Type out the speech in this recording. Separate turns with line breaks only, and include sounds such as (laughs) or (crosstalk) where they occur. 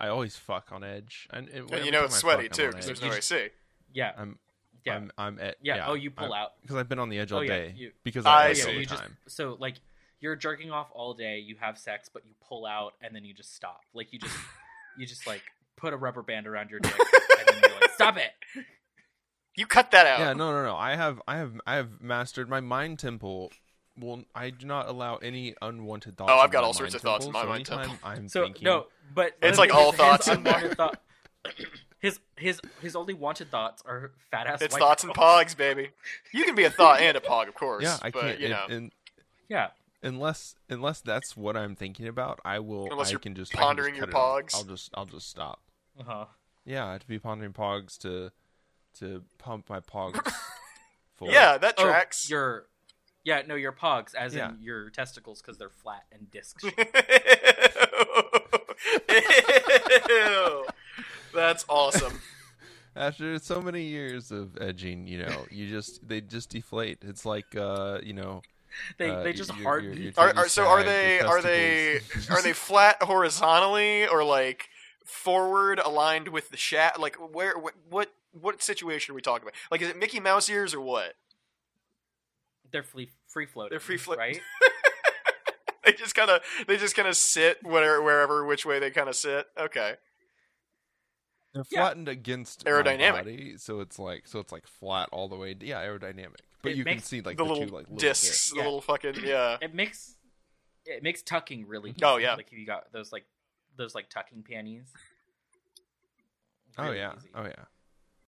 I always fuck on edge. And, and
And
every
you know
time
it's
I
sweaty
fuck,
too
I'm on
because
edge.
there's
You
no
just-
AC.
Yeah.
I'm
Yeah.
I'm I'm e-, at
Yeah, oh, you pull out.
because I've been on the edge all
Oh, yeah,
day
you-
because
I
I,
yeah,
edge
see.
all
you
the
just
time.
so like you're jerking off all day, you have sex, but you pull out and then you just stop. Like you just you just like put a rubber band around your dick and then you're like, stop it.
You cut that out.
Yeah, no, no, no. I have I have I have mastered my mind temple. Well, I do not allow any unwanted thoughts.
Oh, I've
in
got
my
all
mind
sorts of thoughts in
temple,
my
so
mind temple.
anytime I'm
So
thinking,
no, but
It's
but
like all
his
thoughts in
unwanted
there.
thought- (coughs) his his his only wanted thoughts are fat ass.
It's
white
thoughts and
girls.
pogs, baby. You can be a thought and a pog, of course.
yeah, I
but,
can't.
You
and-
know,
and
Yeah,
unless unless that's what I'm thinking about, I will.
Unless
I
you're
can just I can just
pondering your
cut it off.
pogs.
I'll just I'll just stop.
uh-huh.
Yeah, to be pondering pogs to to pump my
(laughs)
pogs. full.
yeah, that
Oh,
tracks. (laughs)
your yeah no your pogs as
Yeah.
in your testicles because they're flat and disc shaped.
Ew. That's
(laughs)
awesome.
After so many years of edging, you know, you just they just deflate. It's like uh, you know,
They
uh,
they just
your- your-
harden.
your
Are,
titty
are, so are
sag, your
they are they
testicles.
are they flat horizontally or like forward aligned with the shaft? Like where what, what what situation are we talking about? Like is it Mickey Mouse ears or what?
they're free free floating.
They're free float-
right?
(laughs) They just kind of they just kind of sit wherever wherever which way they kind of sit. Okay,
They're
Yeah.
flattened against my
Aerodynamic.
body, so it's like so it's like flat all the way. Yeah, aerodynamic. But
It
you can
makes
see like
the
the,
little
two like little
discs, the
Yeah.
little fucking yeah.
It makes it makes tucking really. Easy.
Uh, Oh, yeah.
like if you got those like those like tucking panties.
Oh
Really
yeah.
easy.
Oh yeah.